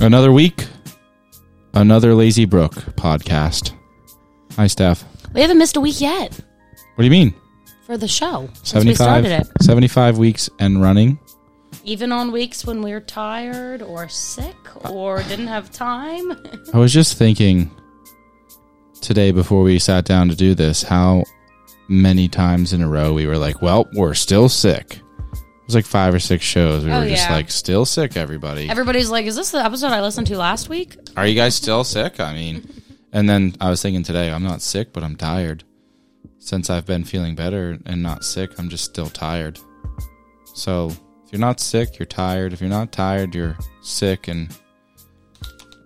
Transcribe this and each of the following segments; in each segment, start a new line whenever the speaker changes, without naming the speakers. Another week, another Lazy Brook podcast. Hi, Steph.
We haven't missed a week yet
What do you mean?
for the show. Since we started
75,
it.
75 weeks and running.
Even on weeks when we were tired or sick or didn't have time.
I was just thinking today before we sat down to do this how many times in a row we were like, well, we're still sick. It was like five or six shows. We
Oh,
were just
yeah.
like, still sick, everybody.
Everybody's like, is this the episode I listened to last week?
Are you guys still sick? I mean, and then I was thinking today, I'm not sick, but I'm tired. Since I've been feeling better and not sick, I'm just still tired. So if you're not sick, you're tired. If you're not tired, you're sick. And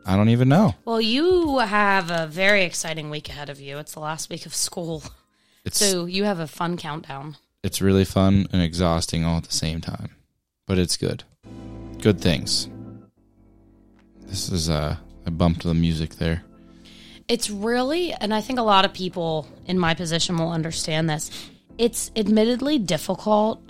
I don't even know.
Well, you have a very exciting week ahead of you. It's the last week of school.
It's,
So you have a fun countdown.
it's really fun and exhausting all at the same time, but it's good. Good things. This is, uh, I bumped the music there.
It's really, and I think a lot of people in my position will understand this. It's admittedly difficult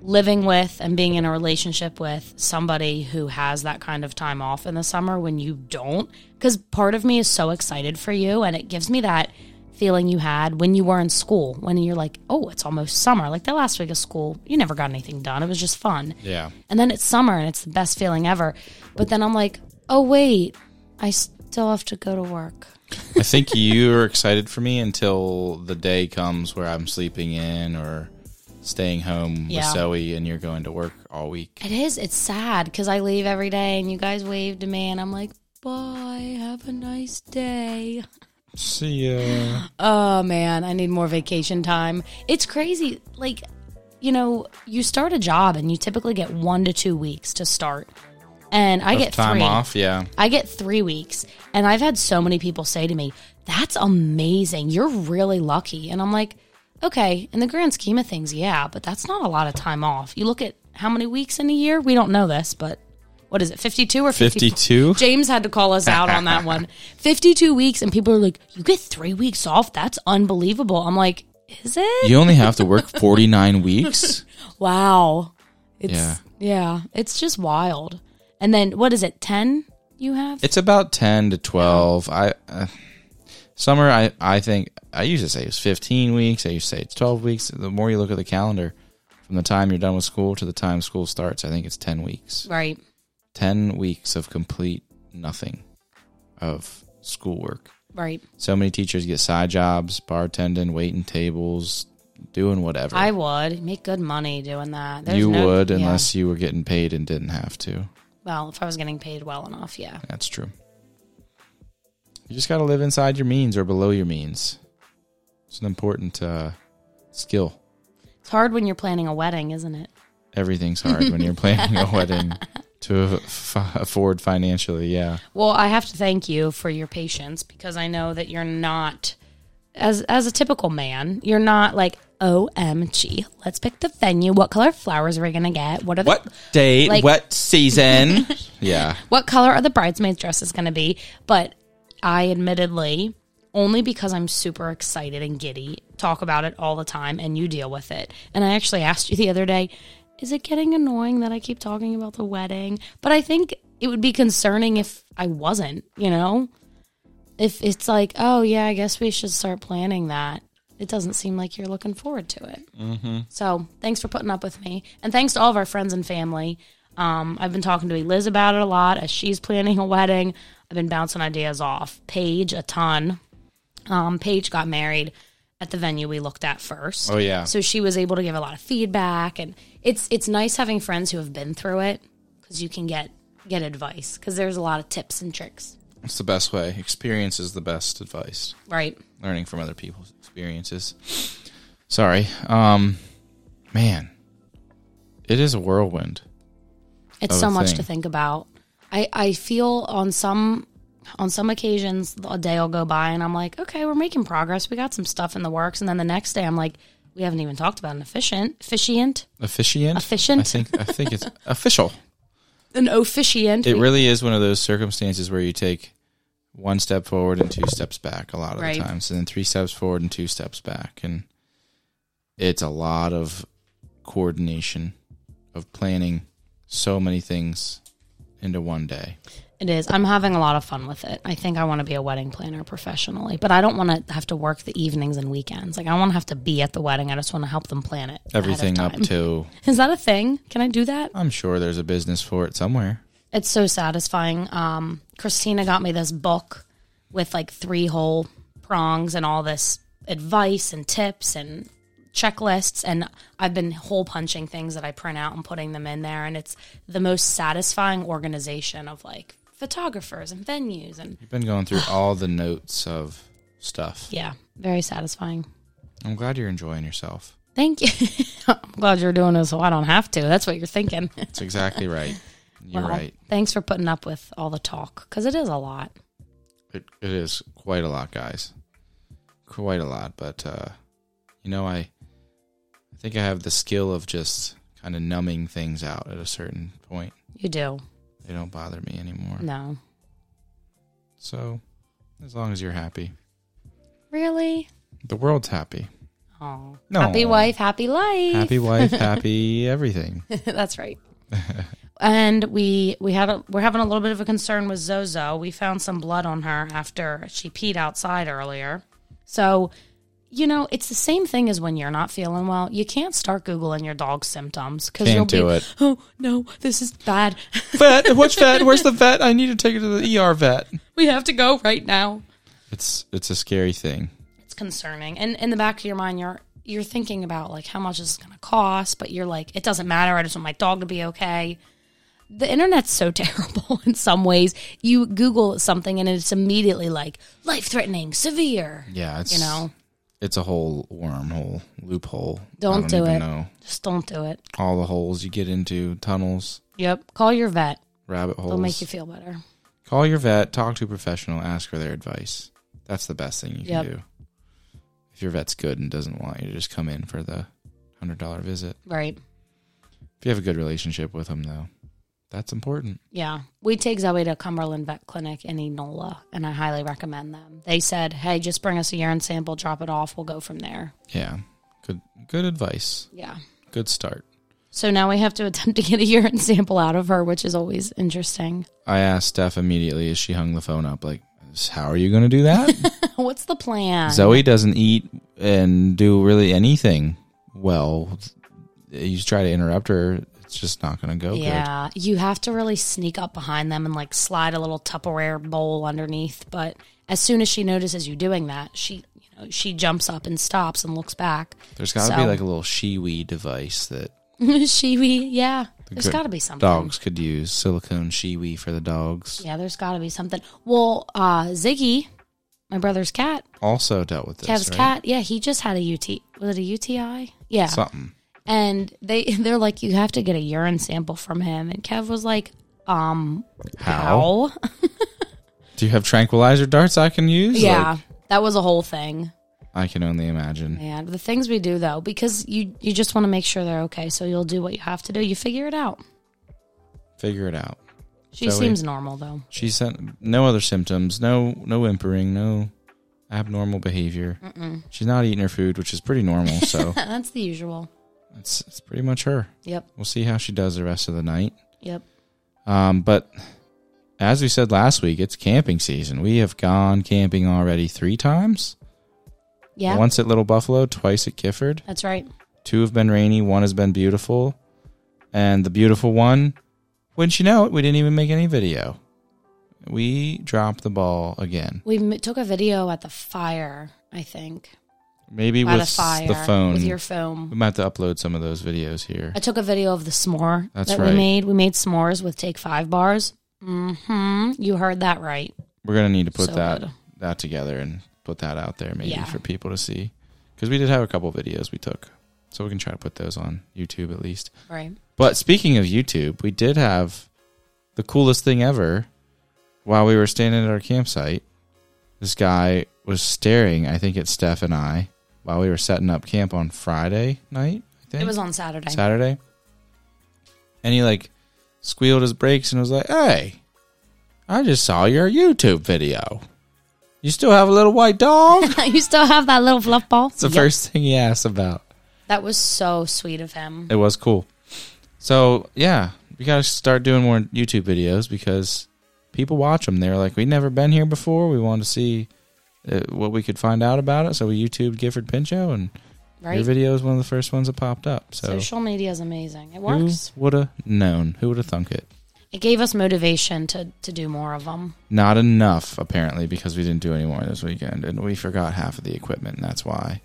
living with and being in a relationship with somebody who has that kind of time off in the summer when you don't. Because part of me is so excited for you, and it gives me that feeling you had when you were in school, when you're like, oh, it's almost summer. Like that last week of school, you never got anything done. It was just fun.
Yeah.
And then it's summer and it's the best feeling ever. But then I'm like, oh, wait, I still have to go to work.
I think you're excited for me until the day comes where I'm sleeping in or staying home
Yeah.
with Zoe and you're going to work all week.
It is. It's sad because I leave every day and you guys wave to me and I'm like, bye, have a nice day.
See ya.
Oh man, I need more vacation time. It's crazy. Like, you know, you start a job and you typically get one to two weeks to start. And I get
Time
three.
off, yeah.
I get three weeks. And I've had so many people say to me, that's amazing. You're really lucky. And I'm like, okay, in the grand scheme of things, yeah, but that's not a lot of time off. You look at how many weeks in a year? We don't know this, but what is it, 52 or 50?
52?
James had to call us out on that one. 52 weeks. And people are like, you get three weeks off. That's unbelievable. I'm like, is it?
You only have to work 49 weeks.
Wow. It's,
Yeah.
yeah, it's just wild. And then what is it, 10 you have?
It's about 10 to 12. I uh, summer I I think I used to say it's 15 weeks. I used to say it's 12 weeks. The more you look at the calendar from the time you're done with school to the time school starts, I think it's 10 weeks.
right.
10 weeks of complete nothing of schoolwork.
Right.
So many teachers get side jobs, bartending, waiting tables, doing whatever.
I would make good money doing that. There's
you
no-
would
yeah.
unless you were getting paid and didn't have to.
Well, if I was getting paid well enough, yeah.
That's true. You just got to live inside your means or below your means. It's an important uh, skill.
It's hard when you're planning a wedding, isn't it?
Everything's hard when you're planning a wedding to f- afford financially. Yeah.
Well, I have to thank you for your patience because I know that you're not as as a typical man, you're not like OMG, let's pick the venue. What color flowers are we gonna get? What are the
date?
Like-
what season? yeah.
what color are the bridesmaids dresses going to be but i admittedly only because i'm super excited and giddy talk about it all the time and you deal with it and i actually asked you the other day is it getting annoying that i keep talking about the wedding but i think it would be concerning if i wasn't you know if it's like oh yeah i guess we should start planning that it doesn't seem like you're looking forward to it
Mm-hmm.
so thanks for putting up with me. And thanks to all of our friends and family. Um, I've been talking to Eliz about it a lot as she's planning a wedding. I've been bouncing ideas off. Paige, a ton. Um, Paige got married at the venue we looked at first.
Oh, yeah.
So she was able to give a lot of feedback. And it's, it's nice having friends who have been through it because you can get, get advice because there's a lot of tips and tricks,
It's the best way. Experience is the best advice.
right?
learning from other people's experiences. Sorry. Um man. It is a whirlwind.
It's
of
so
a
much
thing.
to think about. I, I feel on some on some occasions a day will go by and I'm like, okay, we're making progress. We got some stuff in the works, and then the next day I'm like, we haven't even talked about an efficient officiant
Officiant?
Efficient?
I think I think it's official.
an officiant.
It really is one of those circumstances where you take one step forward and two steps back a lot of
Right.
the times and then three steps forward and two steps back and it's a lot of coordination of planning so many things into one day.
It is. I'm having a lot of fun with it. I think I want to be a wedding planner professionally, but I don't want to have to work the evenings and weekends. Like I want to have to be at the wedding. I just want to help them plan it. ahead of
Everything up
time.
to
Is that a thing? Can I do that?
I'm sure there's a business for it somewhere.
It's so satisfying. Um, Christina got me this book with like three whole prongs and all this advice and tips and checklists. And I've been hole punching things that I print out and putting them in there. And it's the most satisfying organization of like photographers and venues. And
You've been going through all the notes of stuff.
yeah, very satisfying.
I'm glad you're enjoying yourself.
Thank you. I'm glad you're doing this so I don't have to. That's what you're thinking.
That's exactly right. You're
Well,
right.
Thanks for putting up with all the talk because it is a lot.
It, it is quite a lot, guys. Quite a lot, but uh, you know, I I think I have the skill of just kind of numbing things out at a certain point.
You do.
They don't bother me anymore.
No.
So, as long as you're happy,
Really?
the world's happy.
Oh.
No.
Happy wife, happy life.
Happy wife, happy everything.
That's right. and we we had a, we're having a little bit of a concern with Zozo. We found some blood on her after she peed outside earlier. So, you know, it's the same thing as when you're not feeling well. You can't start googling your dog's symptoms because
Can't
you'll
do
be,
it.
oh no, this is bad.
vet, which vet? Where's the vet? I need to take her to the ER vet.
we have to go right now.
It's it's a scary thing.
it's concerning. And in the back of your mind, you're you're thinking about like how much is this going to cost, but you're like, it doesn't matter. I just want my dog to be okay. The internet's so terrible in some ways. You Google something and it's immediately like life threatening, severe.
Yeah, it's
You know,
it's a whole wormhole, loophole.
Don't
I
do
even
it.
Know
just don't do it.
all the holes you get into, tunnels,
Yep. Call your vet.
rabbit holes.
It'll make you feel better.
Call your vet, talk to a professional, ask for their advice. That's the best thing you
Yep.
can do. If your vet's good and doesn't want you to just come in for the hundred dollar visit,
Right.
if you have a good relationship with them, though, that's important.
Yeah. We take Zoe to Cumberland Vet Clinic in Enola, and I highly recommend them. They said, hey, just bring us a urine sample, drop it off. We'll go from there.
Yeah, good good advice.
Yeah.
Good start.
So now we have to attempt to get a urine sample out of her, which is always interesting.
I asked Steph immediately as she hung the phone up, like, "How are you going to do that?"
What's the plan?
Zoe doesn't eat and do really anything well. You try to interrupt her, it's just not going to go good.
yeah, you have to really sneak up behind them and like slide a little Tupperware bowl underneath. But as soon as she notices you doing that, she you know, she jumps up and stops and looks back.
There's got to be
So-
like a little shiwi device that
she we yeah. There's
good
got to be something.
dogs could use. Silicone shiwi for the dogs.
Yeah, there's got to be something. Well, uh, Ziggy, my brother's cat,
Also dealt with this.
Kev's
right?
cat. Yeah, he just had a UT. Was it a UTI? Yeah.
Something.
and they they're like you have to get a urine sample from him and kev was like um
How?
how
Do you have tranquilizer darts I can use?
yeah
Like,
that was a whole thing
I can only imagine.
man the things we do though because you you just want to make sure they're okay so you'll do what you have to do you figure it out
Figure it out.
she
Zoe.
seems normal though
She sent no other symptoms, no no whimpering, no abnormal behavior. She's not eating her food, which is pretty normal. So
that's the usual
it's, it's pretty much her.
yep
We'll see how she does the rest of the night.
yep
Um, but as we said last week, it's camping season. We have gone camping already three times.
yeah
Once at Little Buffalo, twice at Gifford.
that's right
Two have been rainy, one has been beautiful. And the beautiful one, wouldn't you know it, we didn't even make any video. We dropped the ball again.
we m- took a video at the fire i think
Maybe
at
with
a
s-
fire
the phone.
with your phone
we might have to upload some of those videos here.
i took a video of the s'more
That's
that
right.
we made we made s'mores with take five bars hmm you heard that right
We're gonna need to put
So
that
good.
that together and put that out there maybe
Yeah.
for people to see because we did have a couple videos we took, so we can try to put those on YouTube at least.
Right.
But speaking of YouTube, we did have the coolest thing ever while we were standing at our campsite. This guy was staring, I think, at Steph and I while we were setting up camp on Friday night. I think
It was on Saturday.
Saturday. And he like squealed his brakes and was like, Hey, I just saw your YouTube video. You still have a little white dog?
you still have that little fluff ball?
It's the first thing he asked about.
That was so sweet of him.
It was cool. So yeah, we gotta start doing more YouTube videos because people watch them. They're like, we never been here before. We wanted to see uh, what we could find out about it. So we YouTubed Gifford Pinchot, and your
right?
video is one of the first ones that popped up. So
Social media is amazing. It
who
works.
would have known? Who would have thunk it?
It gave us motivation to to do more of them.
Not enough, apparently, because we didn't do any more this weekend, and we forgot half of the equipment, and that's why.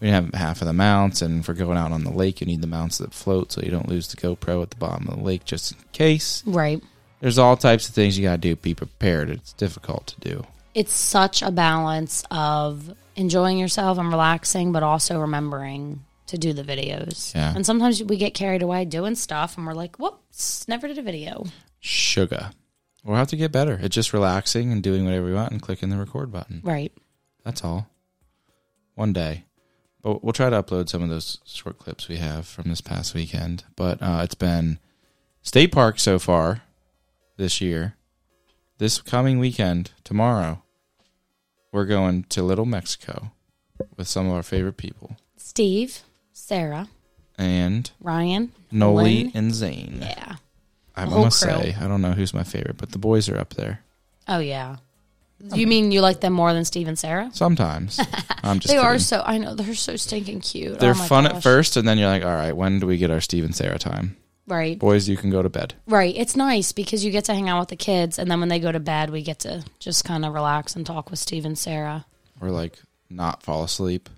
We didn't have half of the mounts, and for going out on the lake, you need the mounts that float so you don't lose the GoPro at the bottom of the lake just in case.
Right.
There's all types of things you got to do. Be prepared. It's difficult to do.
It's such a balance of enjoying yourself and relaxing, but also remembering to do the videos.
Yeah.
And sometimes we get carried away doing stuff and we're like, whoops, never did a video.
Sugar. We'll have to get better at just relaxing and doing whatever we want and clicking the record button.
Right.
That's all. One day. But we'll try to upload some of those short clips we have from this past weekend. But uh, it's been state park so far this year. This coming weekend, tomorrow, we're going to Little Mexico with some of our favorite people
Steve, Sarah,
and
Ryan,
Noli
Lynn.
and Zane.
Yeah.
I
the whole
must
crew.
say, I don't know who's my favorite, but the boys are up there
Oh yeah. You mean you like them more than Steve and Sarah?
sometimes. I'm just
they are
kidding.
so I know they're so stinking cute.
They're
Oh, my
fun at
gosh.
first, and then you're like, all right, when do we get our Steve and Sarah time?
Right.
Boys, you can go to bed.
Right. It's nice because you get to hang out with the kids, and then when they go to bed, we get to just kind of relax and talk with Steve and Sarah.
Or like not fall asleep.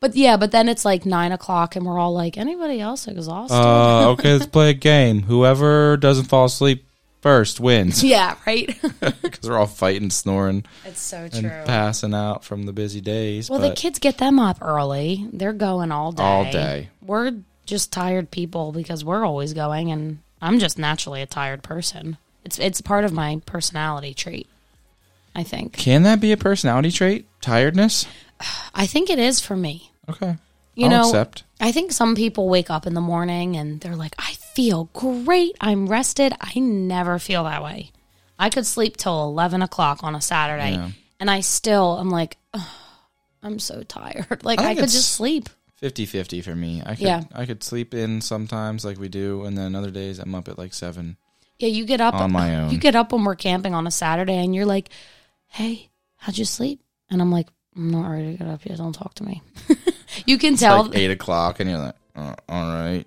But yeah, but then it's like nine o'clock, and we're all like, anybody else exhausted?
Uh, okay, let's play a game. Whoever doesn't fall asleep first wins.
yeah, right.
Because we're all fighting, snoring,
it's so
and
true.
passing out from the busy days.
Well, the
but
kids get them up early. They're going all day.
All day.
We're just tired people because we're always going, and I'm just naturally a tired person. It's it's part of my personality trait. I think.
can that be a personality trait? Tiredness?
I think it is for me.
Okay.
You
I'll
know,
accept.
I think some people wake up in the morning and they're like, I feel great. I'm rested. I never feel that way. I could sleep till 11 o'clock on a Saturday
Yeah.
and I still, I'm like, "Ugh, I'm so tired. Like,
I
I,
think
could
it's-
just sleep.
50-50 for me. I could,
Yeah.
I could sleep in sometimes like we do, and then other days I'm up at like 7.
Yeah, you get up
On my own.
You get up when we're camping on a Saturday and you're like, hey, how'd you sleep? And I'm like, I'm not ready to get up yet. Don't talk to me. you can tell.
like 8 o'clock, and you're like, uh, all right.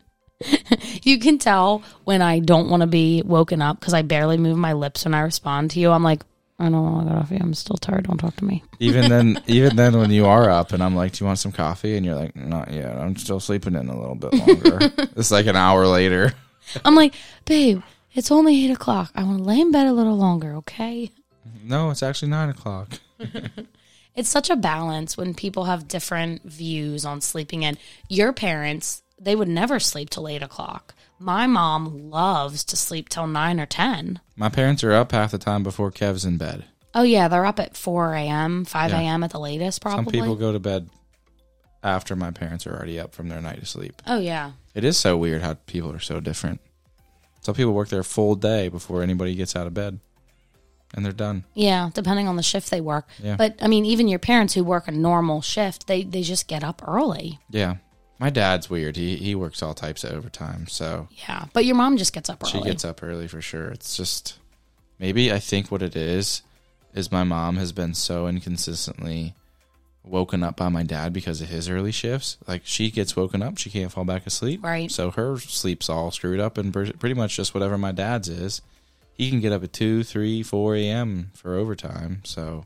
You can tell when I don't want to be woken up because I barely move my lips when I respond to you. I'm like, I don't want to get off you. I'm still tired. Don't talk to me.
even then even then when you are up and i'm like do you want some coffee and you're like not yet i'm still sleeping in a little bit longer it's like an hour later
I'm like, babe, it's only eight o'clock. I want to lay in bed a little longer, okay?
no it's actually nine o'clock
It's such a balance when people have different views on sleeping in. Your parents, they would never sleep till eight o'clock. My mom loves to sleep till nine or 10.
my parents are up half the time before kev's in bed
Oh, yeah, they're up at 4 a.m., 5
Yeah.
a.m. at the latest,
some
probably.
people go to bed after my parents are already up from their night of sleep
oh, yeah.
it is so weird how people are so different some people work their full day before anybody gets out of bed and they're done
Yeah, depending on the shift they work.
Yeah.
But I mean, even your parents who work a normal shift, they they just get up early.
yeah my dad's weird he, he works all types of overtime so
Yeah, but your mom just gets up
She
early.
gets up early for sure. It's just maybe I think what it is is my mom has been so inconsistently woken up by my dad because of his early shifts. Like she gets woken up, she can't fall back asleep.
Right.
So her sleep's all screwed up, and pr- pretty much just whatever my dad's is. He can get up at two, three, four a.m. for overtime. So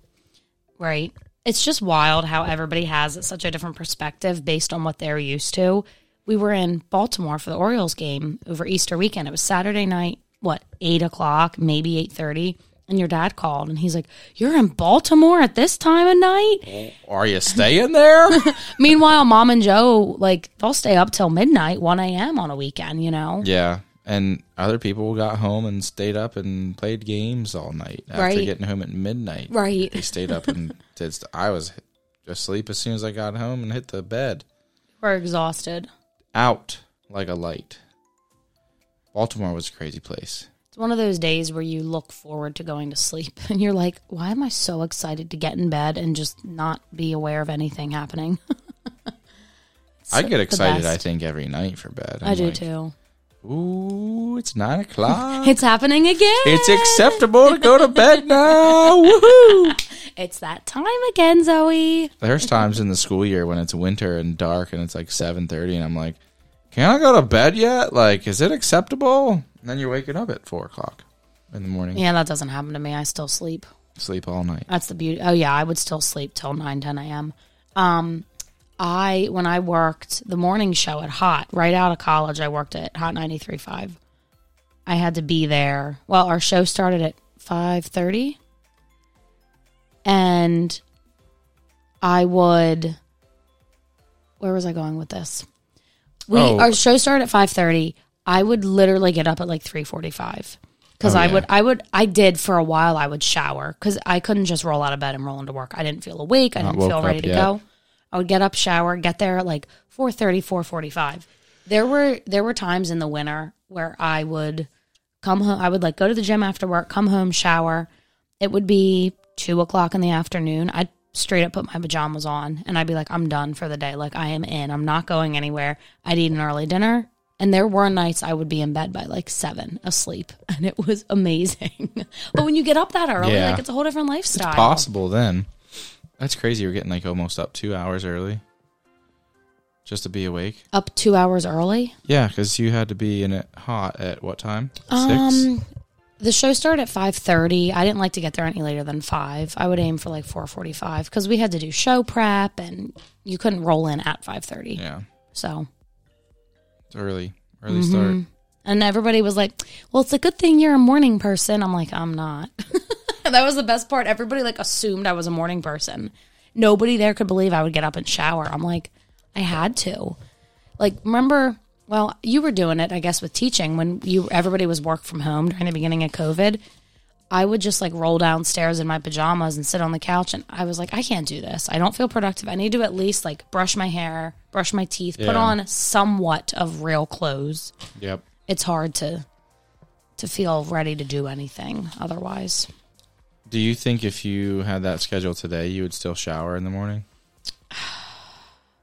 right. It's just wild how everybody has such a different perspective based on what they're used to. We were in Baltimore for the Orioles game over Easter weekend. It was Saturday night, what eight o'clock, maybe eight thirty. And your dad called, and he's like, "You're in Baltimore at this time of night."
are you staying there?
Meanwhile, mom and Joe like they'll stay up till midnight, one a.m. on a weekend. You know.
yeah. And other people got home and stayed up and played games all night after
Right.
getting home at midnight.
Right.
He stayed up and did. St- I was asleep as soon as I got home and hit the bed.
We're exhausted.
Out like a light. Baltimore was a crazy place.
It's one of those days where you look forward to going to sleep and you're like, why am I so excited to get in bed and just not be aware of anything happening?
I get
the
excited. I
best.
think every night for bed.
I do too.
Ooh, it's nine o'clock.
It's happening again.
it's acceptable to go to bed now. Woohoo!
It's that time again, Zoe.
There's times in the school year when it's winter and dark and it's like seven thirty, and I'm like, "Can I go to bed yet? Like, is it acceptable?" And then you're waking up at four o'clock in the morning,
Yeah, that doesn't happen to me. I still sleep.
sleep all night.
That's the beauty. Oh yeah, I would still sleep till 9, 10 a.m. Um, I when I worked the morning show at Hot right out of college, I worked at Hot 93.5. I had to be there. Well, our show started at five thirty, and I would. Where was I going with this? We
Oh.
our show started at five thirty. I would literally get up at like three forty five because
Oh,
I
yeah.
would I would I did for a while. I would shower because I couldn't just roll out of bed and roll into work. I didn't feel awake. I didn't
woke
feel
up
ready to
yet.
go. I would get up, shower, get there at like 4.30, 4.45. There were there were times in the winter where I would come home. I would like go to the gym after work, come home, shower. It would be two o'clock in the afternoon. I'd straight up put my pajamas on and I'd be like, I'm done for the day. Like I am in. I'm not going anywhere. I'd eat an early dinner. And there were nights I would be in bed by like seven asleep. And it was amazing. but when you get up that early,
Yeah.
like it's a whole different lifestyle.
Possible then. That's crazy. You're getting like almost up two hours early just to be awake.
Up two hours early.
Yeah, because you had to be in it hot at what time? Six.
Um, the show started at five thirty. I didn't like to get there any later than five. I would aim for like four forty-five because we had to do show prep, and you couldn't roll in at five thirty.
yeah,
So,
it's early, early start.
and everybody was like, "Well, it's a good thing you're a morning person." I'm like, "I'm not." that was the best part. Everybody like assumed I was a morning person. Nobody there could believe I would get up and shower. I'm like, I had to. Like, remember? Well, you were doing it, I guess, with teaching when you everybody was work from home during the beginning of COVID. I would just like roll downstairs in my pajamas and sit on the couch. And I was like, I can't do this. I don't feel productive. I need to at least like brush my hair, brush my teeth, put
Yeah.
on somewhat of real clothes.
Yep.
It's hard to to feel ready to do anything otherwise.
Do you think if you had that schedule today, you would still shower in the morning?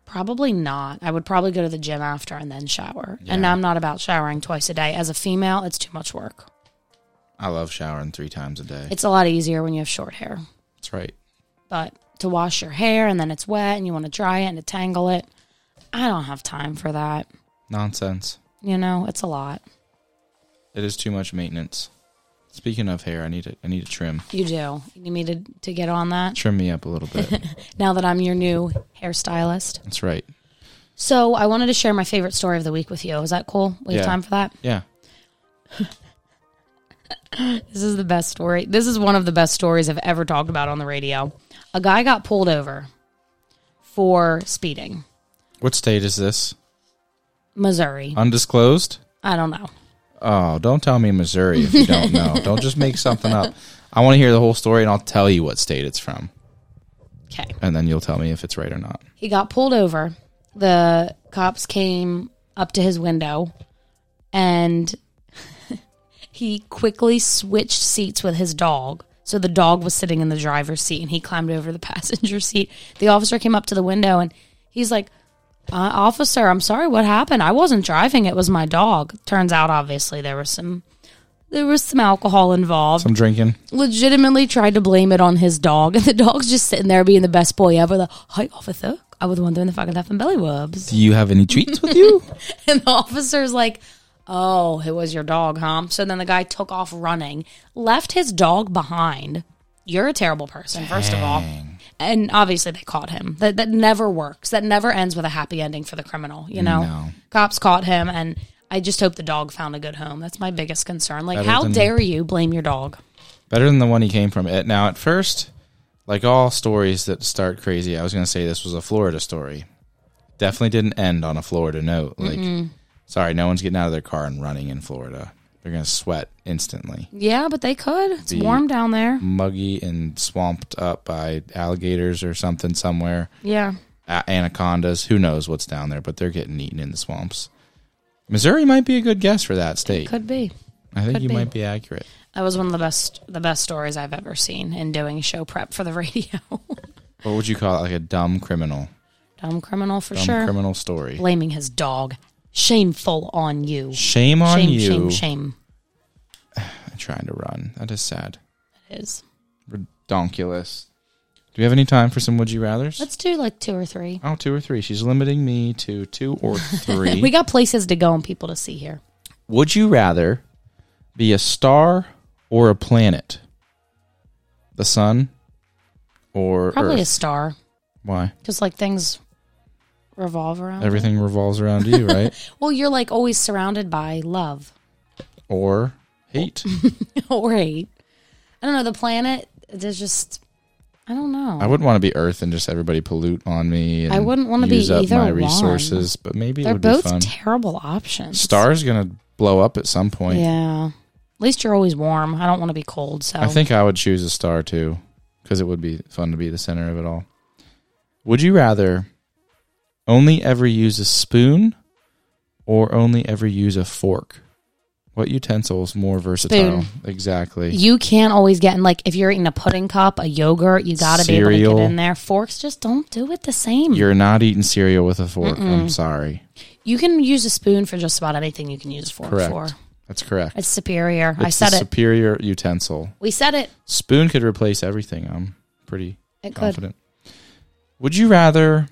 Probably not. I would probably go to the gym after and then shower. And I'm not about showering twice a day. As a female, it's too much work.
I love showering three times a day.
It's a lot easier when you have short hair.
That's right.
but to wash your hair and then it's wet and you want to dry it and to tangle it. I don't have time for that.
Nonsense.
You know, it's a lot.
It is too much maintenance. Speaking of hair, I need to I need to trim.
You do. You need to, to get on that
Trim me up a little bit.
now that I'm your new hairstylist.
That's right.
So I wanted to share my favorite story of the week with you. Is that cool? We have
Yeah.
time for that?
Yeah.
This is the best story. This is one of the best stories I've ever talked about on the radio. A guy got pulled over for speeding,
What state is this? Uh,
Missouri.
Undisclosed?
I don't know.
Oh, don't tell me Missouri if you don't know. don't just make something up. I want to hear the whole story and I'll tell you what state it's from.
Okay.
And then you'll tell me if it's right or not.
He got pulled over. The cops came up to his window and he quickly switched seats with his dog. So the dog was sitting in the driver's seat and he climbed over the passenger seat. The officer came up to the window and he's like, uh, Officer, I'm sorry, what happened? I wasn't driving. It was my dog. Turns out, obviously, there was some. There was some alcohol involved
I'm drinking.
legitimately tried to blame it on his dog, and the dog's just sitting there being the best boy ever. Like, hi, officer, I was the one doing the fucking laughing belly rubs.
Do you have any treats with you?
And the officer's like, oh, it was your dog, huh? So then the guy took off running, left his dog behind. You're a terrible person, first of all. And obviously, they caught him. That, that never works. That never ends with a happy ending for the criminal, you know?
No.
Cops caught him, and I just hope the dog found a good home. That's my biggest concern. Like,
Better
how
than-
dare you blame your dog?
Better than the one he came from. It now at first, like all stories that start crazy, I was gonna say this was a Florida story. Definitely didn't end on a Florida note. Like sorry, no one's getting out of their car and running in Florida. They're gonna sweat instantly.
Yeah, but they could. It's warm down there.
Muggy and swamped up by alligators or something somewhere.
Yeah.
a- uh, anacondas. Who knows what's down there, but they're getting eaten in the swamps. Missouri might be a good guess for that state.
Could be.
I think you
be.
might be accurate.
That was one of the best the best stories I've ever seen in doing show prep for the radio.
What would you call it? Like a dumb criminal,
Dumb criminal for
dumb
sure.
criminal story.
Blaming his dog. Shameful on you.
Shame on
shame,
you.
shame, shame.
I'm trying to run. That is sad.
It is.
Redonkulous. Do we have any time for some would you rathers?
Let's do like two or three.
oh, two or three. She's limiting me to two or three.
We got places to go and people to see here.
Would you rather be a star or a planet? The sun or
Probably a
Earth?
star,
Why?
because like things revolve around. it.
Everything revolves around you, right?
Well, you're like always surrounded by love
or hate.
or hate. I don't know. The planet, there's just, I don't know.
I wouldn't want to be Earth and just everybody pollute on me. And
I wouldn't wanna be
use up
either
my
one.
resources, but maybe it
They're
would be
both
fun.
terrible options.
Star's gonna blow up at some point.
Yeah. At least you're always warm. I don't want to be cold. So
I think I would choose a star too, because it would be fun to be the center of it all. Would you rather only ever use a spoon or only ever use a fork? What utensil is more versatile?
Spoon.
Exactly.
you can't always get in. Like if you're eating a pudding cup, a yogurt, you got to be able to
Cereal.
get in there. Forks just don't do it the same.
You're not eating cereal with a fork. I'm sorry.
you can use a spoon for just about anything you can use a fork
Correct.
for.
That's correct.
It's superior. I
It's
said
a
it.
superior utensil.
we said it.
Spoon could replace everything. I'm pretty
It could.
confident. Would you rather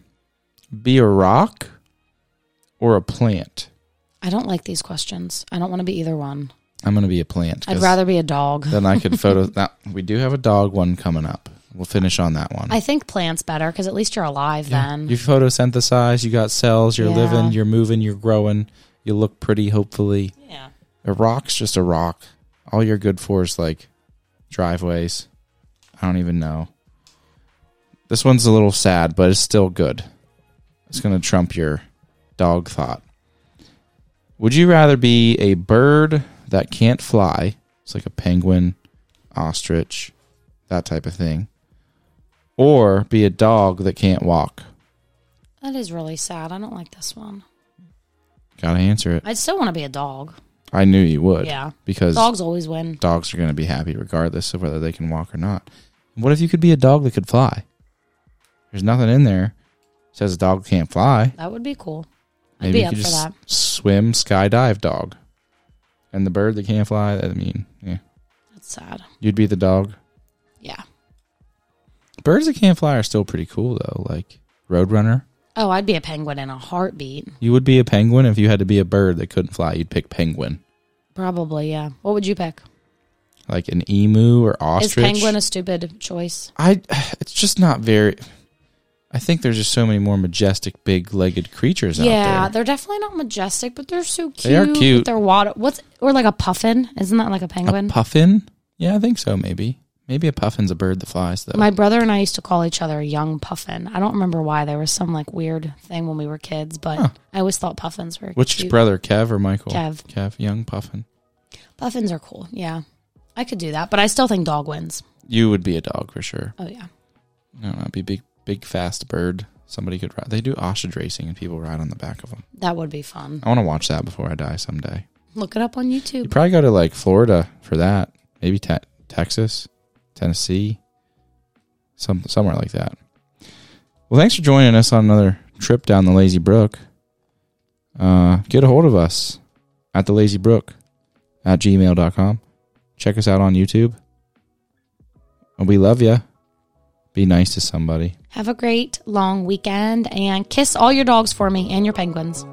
be a rock or a plant?
I don't like these questions. I don't want to be either one.
I'm going to be a plant.
I'd
'cause
rather be a dog.
then I could photo. that we do have a dog one coming up. We'll finish on that one.
I think plants better because at least you're alive then.
you photosynthesize. You got cells. You're
Yeah.
living. You're moving. You're growing. You look pretty. Hopefully,
yeah.
a rock's just a rock. All you're good for is like driveways. I don't even know. This one's a little sad, but it's still good. It's going to trump your dog thought. Would you rather be a bird that can't fly? It's like a penguin, ostrich, that type of thing. Or be a dog that can't walk?
That is really sad. I don't like this one.
Got to answer it.
I'd still want to be a dog.
I knew you would.
Yeah.
Because
Dogs always win.
dogs are going to be happy regardless of whether they can walk or not. What if you could be a dog that could fly? There's nothing in there that says a dog can't fly.
That would be cool. I'd
Maybe
be
you
up
could
for
just
that.
swim, skydive dog. And the bird that can't fly, I mean, yeah.
That's sad.
You'd be the dog.
Yeah.
Birds that can't fly are still pretty cool though, like Roadrunner.
Oh, I'd be a penguin in a heartbeat.
You would be a penguin if you had to be a bird that couldn't fly. You'd pick penguin.
Probably, yeah. What would you pick?
Like an emu or
Is
ostrich.
penguin a stupid choice?
I it's just not very I think there's just so many more majestic big legged creatures
Yeah,
out there.
they're definitely not majestic, but they're so cute.
They are cute.
They're water. What's or like a puffin? Isn't that like a penguin?
A puffin? Yeah, I think so maybe. Maybe a puffin's a bird that flies though.
My brother and I used to call each other a young puffin. I don't remember why. There was some like weird thing when we were kids, but I always thought puffins were
Which
cute.
brother, Kev or Michael?
Kev.
Kev, young puffin.
puffins are cool. Yeah, I could do that, but I still think dog wins.
You would be a dog for sure.
Oh yeah,
I don't know, be big, big, fast bird. Somebody could ride. They do ostrich racing, and people ride on the back of them.
that would be fun.
I want to watch that before I die someday.
Look it up on
You
YouTube.
probably go to like Florida for that. Maybe te- Texas, Tennessee, some somewhere like that. Well, thanks for joining us on another trip down the Lazy Brook. Uh, get a hold of us at the Lazy Brook at gmail.com. Check us out on YouTube. And we love you. Be nice to somebody.
Have a great long weekend and kiss all your dogs for me and your penguins.